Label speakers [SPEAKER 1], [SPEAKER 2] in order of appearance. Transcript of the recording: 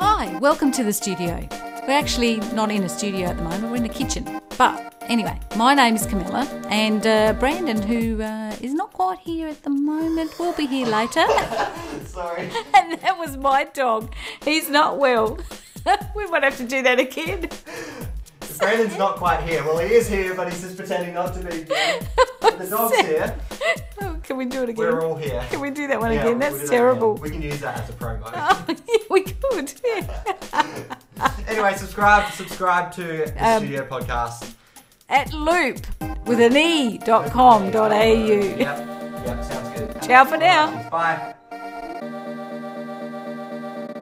[SPEAKER 1] Hi, welcome to the studio. We're actually not in a studio at the moment, we're in the kitchen. But anyway, my name is Camilla, and uh, Brandon, who uh, is not quite here at the moment, will be here later.
[SPEAKER 2] Sorry.
[SPEAKER 1] and that was my dog. He's not well. we won't have to do that again.
[SPEAKER 2] Brandon's not quite here. Well, he is here, but he's just pretending not to be. But the dog's here.
[SPEAKER 1] Oh, can we do it again?
[SPEAKER 2] We're all here.
[SPEAKER 1] Can we do that one
[SPEAKER 2] Yeah,
[SPEAKER 1] again?
[SPEAKER 2] we'll do
[SPEAKER 1] That's
[SPEAKER 2] that
[SPEAKER 1] terrible.
[SPEAKER 2] again. We can use that as a promo.
[SPEAKER 1] Oh, yeah, we could. Yeah.
[SPEAKER 2] anyway, subscribe subscribe to the
[SPEAKER 1] Um,
[SPEAKER 2] Studio Podcast.
[SPEAKER 1] At loop with an e dot com dot au.
[SPEAKER 2] Yep. Yep. Sounds good.
[SPEAKER 1] Ciao for now.
[SPEAKER 2] Bye.